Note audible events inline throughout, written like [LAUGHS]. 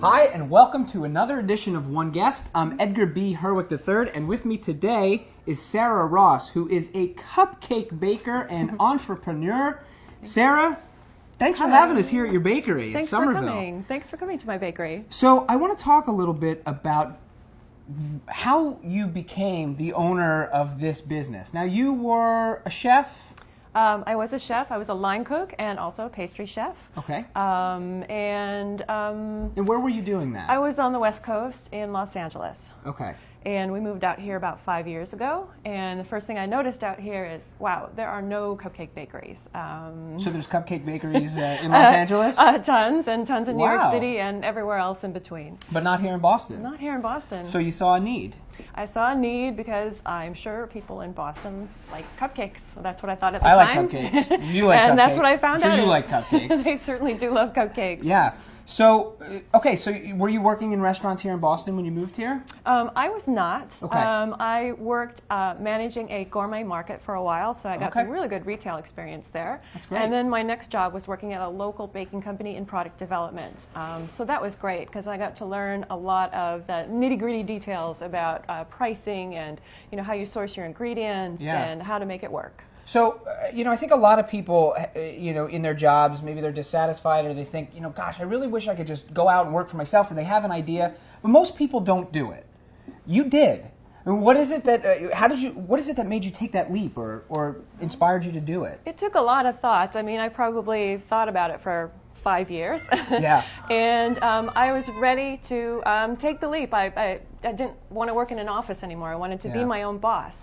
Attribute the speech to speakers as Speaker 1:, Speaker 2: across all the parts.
Speaker 1: Hi, and welcome to another edition of One Guest. I'm Edgar B. Herwick III, and with me today is Sarah Ross, who is a cupcake baker
Speaker 2: [LAUGHS]
Speaker 1: and entrepreneur. Sarah, thanks for
Speaker 2: Hi.
Speaker 1: having us here at your bakery
Speaker 2: Thanks
Speaker 1: in Somerville.
Speaker 2: for coming. Thanks for coming to my bakery.
Speaker 1: So, I want to talk a little bit about how you became the owner of this business. Now, you were a chef,
Speaker 2: Um, I was a chef. I was a line cook and also a pastry chef.
Speaker 1: okay?
Speaker 2: Um, and um,
Speaker 1: And where were you doing that?
Speaker 2: I was on the West Coast in Los Angeles.
Speaker 1: okay.
Speaker 2: And we moved out here about five years ago. And the first thing I noticed out here is, wow, there are no cupcake bakeries. Um,
Speaker 1: So, there's cupcake bakeries uh, in Los
Speaker 2: [LAUGHS] uh,
Speaker 1: Angeles,
Speaker 2: [LAUGHS] Uh, tons and tons in New
Speaker 1: Wow.
Speaker 2: York City and everywhere else in between.
Speaker 1: but not here in Boston.
Speaker 2: Not here in Boston.
Speaker 1: So, you saw a need.
Speaker 2: I saw a need because I'm sure people in Boston like cupcakes. That's what I thought at the
Speaker 1: I like
Speaker 2: time.
Speaker 1: cupcakes. You like
Speaker 2: [LAUGHS] and that's
Speaker 1: cupcakes.
Speaker 2: what I found
Speaker 1: I'm sure
Speaker 2: out.
Speaker 1: you
Speaker 2: is
Speaker 1: like
Speaker 2: [LAUGHS]
Speaker 1: cupcakes.
Speaker 2: they certainly do love cupcakes.
Speaker 1: Yeah. So, uh, okay, so y- were you working in restaurants here in Boston when you moved here?
Speaker 2: Um, I was not.
Speaker 1: Okay.
Speaker 2: Um, I worked uh, managing a gourmet market for a while, so I got
Speaker 1: Okay.
Speaker 2: some really good retail experience there.
Speaker 1: That's great.
Speaker 2: And then my next job was working at a local baking company in product development. Um, so that was great because I got to learn a lot of the nitty gritty details about uh, pricing and you know how you source your ingredients
Speaker 1: Yeah.
Speaker 2: and how to make it work.
Speaker 1: So, uh, you know, I think a lot of people, uh, you know, in their jobs, maybe they're dissatisfied or they think, you know, gosh, I really wish I could just go out and work for myself and they have an idea. But most people don't do it. You did. I mean, what is it that, uh, how did you, what is it that made you take that leap or, or inspired you to do it?
Speaker 2: It took a lot of thought. I mean, I probably thought about it for five years.
Speaker 1: Yeah.
Speaker 2: [LAUGHS] and um, I was ready to um, take the leap. I, I, I didn't want to work in an office anymore. I wanted to
Speaker 1: Yeah.
Speaker 2: be my own boss.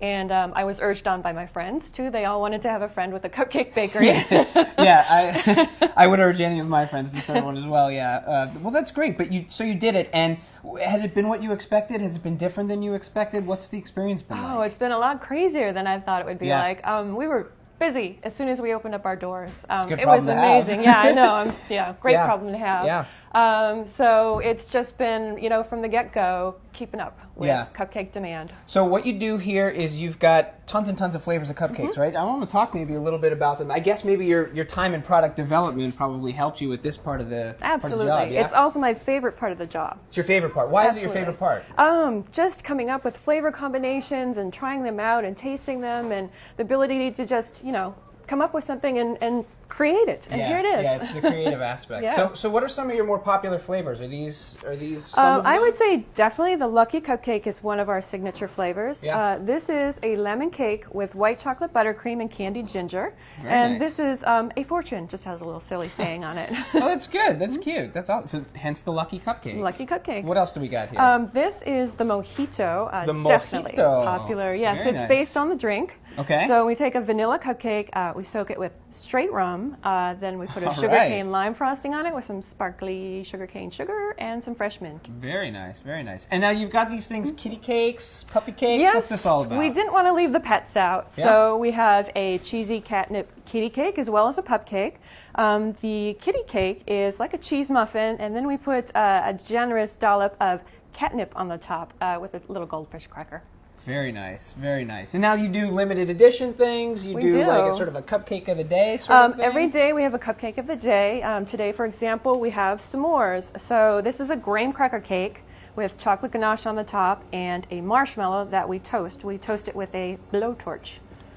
Speaker 2: And um, I was urged on by my friends too. They all wanted to have a friend with a cupcake bakery. [LAUGHS]
Speaker 1: yeah, I [LAUGHS] I would urge any of my friends to start one as well. Yeah. Uh, well, that's great. But you so you did it, and w- has it been what you expected? Has it been different than you expected? What's the experience been
Speaker 2: Oh,
Speaker 1: like?
Speaker 2: it's been a lot crazier than I thought it would be
Speaker 1: Yeah.
Speaker 2: like. Um, we were busy as soon as we opened up our doors. Um,
Speaker 1: good
Speaker 2: it was
Speaker 1: problem to have.
Speaker 2: amazing. yeah, I
Speaker 1: [LAUGHS]
Speaker 2: know. Um, yeah, great
Speaker 1: Yeah.
Speaker 2: problem to have.
Speaker 1: Yeah.
Speaker 2: Um, so it's just been, you know, from the get-go, keeping up with
Speaker 1: Yeah.
Speaker 2: cupcake demand.
Speaker 1: So what you do here is you've got tons and tons of flavors of cupcakes,
Speaker 2: Mm-hmm.
Speaker 1: right? I want to talk maybe a little bit about them. I guess maybe your your time in product development probably helped you with this part of the
Speaker 2: Absolutely.
Speaker 1: Part of the job, yeah?
Speaker 2: It's also my favorite part of the job.
Speaker 1: It's your favorite part. Why is it your
Speaker 2: Absolutely.
Speaker 1: favorite part?
Speaker 2: Um, just coming up with flavor combinations and trying them out and tasting them and the ability to just, you know, come up with something and, and create it. And
Speaker 1: yeah,
Speaker 2: Uh, here it is.
Speaker 1: Yeah, it's the
Speaker 2: [LAUGHS]
Speaker 1: creative aspect.
Speaker 2: Yeah.
Speaker 1: So, so what are some of your more popular flavors? Are these are these? Some
Speaker 2: Um,
Speaker 1: of
Speaker 2: I
Speaker 1: them?
Speaker 2: would say definitely the Lucky Cupcake is one of our signature flavors.
Speaker 1: Yeah.
Speaker 2: Uh, this is a lemon cake with white chocolate buttercream and candied ginger.
Speaker 1: Very
Speaker 2: and
Speaker 1: nice.
Speaker 2: this is um, a fortune, just has a little
Speaker 1: [LAUGHS]
Speaker 2: silly saying on it.
Speaker 1: Oh, that's good. That's cute. That's all. So, hence the lucky cupcake.
Speaker 2: Mm-hmm. Lucky Cupcake.
Speaker 1: What else do we got here?
Speaker 2: Um, this is the mojito. Uh,
Speaker 1: The
Speaker 2: definitely
Speaker 1: mojito.
Speaker 2: popular. Yes,
Speaker 1: Very
Speaker 2: it's
Speaker 1: nice.
Speaker 2: based on the drink.
Speaker 1: Okay.
Speaker 2: So we take a vanilla cupcake, uh, we soak it with straight rum, uh, then we put a
Speaker 1: All right.
Speaker 2: sugarcane lime frosting on it with some sparkly sugarcane sugar and some fresh mint.
Speaker 1: very nice. Very nice. And now you've got these things: kitty cakes, puppy cakes.
Speaker 2: Mm-hmm. yes,
Speaker 1: What's this all about?
Speaker 2: we didn't want to leave the pets out,
Speaker 1: Yeah.
Speaker 2: so we have a cheesy catnip kitty cake as well as a pup cake. Um, the kitty cake is like a cheese muffin, and then we put uh, a generous dollop of catnip on the top uh, with a little goldfish cracker.
Speaker 1: Very nice. Very nice. And now you do limited edition things. You
Speaker 2: We
Speaker 1: do, like a
Speaker 2: do.
Speaker 1: sort of a cupcake of the day sort
Speaker 2: Um,
Speaker 1: of thing.
Speaker 2: every day we have a cupcake of the day. Um, today, for example, we have s'mores. So this is a graham cracker cake with chocolate ganache on the top and a marshmallow that we toast. We toast it with a blowtorch.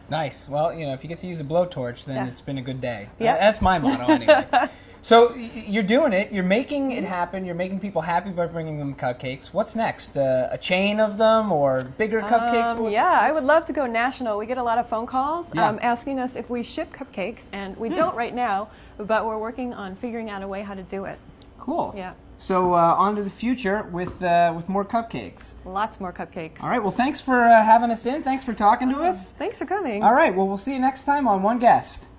Speaker 1: Nice. Well, you know, if you get to use a blowtorch, then
Speaker 2: Yeah.
Speaker 1: it's been a good day.
Speaker 2: Yeah.
Speaker 1: Th- That's my motto anyway.
Speaker 2: [LAUGHS]
Speaker 1: so y- you're doing it. You're making
Speaker 2: Mm-hmm.
Speaker 1: it happen. You're making people happy by bringing them cupcakes. What's next? Uh, a chain of them or bigger cupcakes?
Speaker 2: Um,
Speaker 1: What-
Speaker 2: yeah, I
Speaker 1: what's-
Speaker 2: would love to go national. We get a lot of phone calls
Speaker 1: Yeah. Hmm.
Speaker 2: um, asking us if we ship cupcakes, and we don't right now, but we're working on figuring out a way how to do it.
Speaker 1: Cool.
Speaker 2: Yeah.
Speaker 1: So uh, on to the future with uh, with more cupcakes.
Speaker 2: Lots more cupcakes.
Speaker 1: All right. Well, thanks for uh, having us in. Thanks for talking to us.
Speaker 2: Thanks for coming.
Speaker 1: All right. Well, we'll see you next time on One Guest.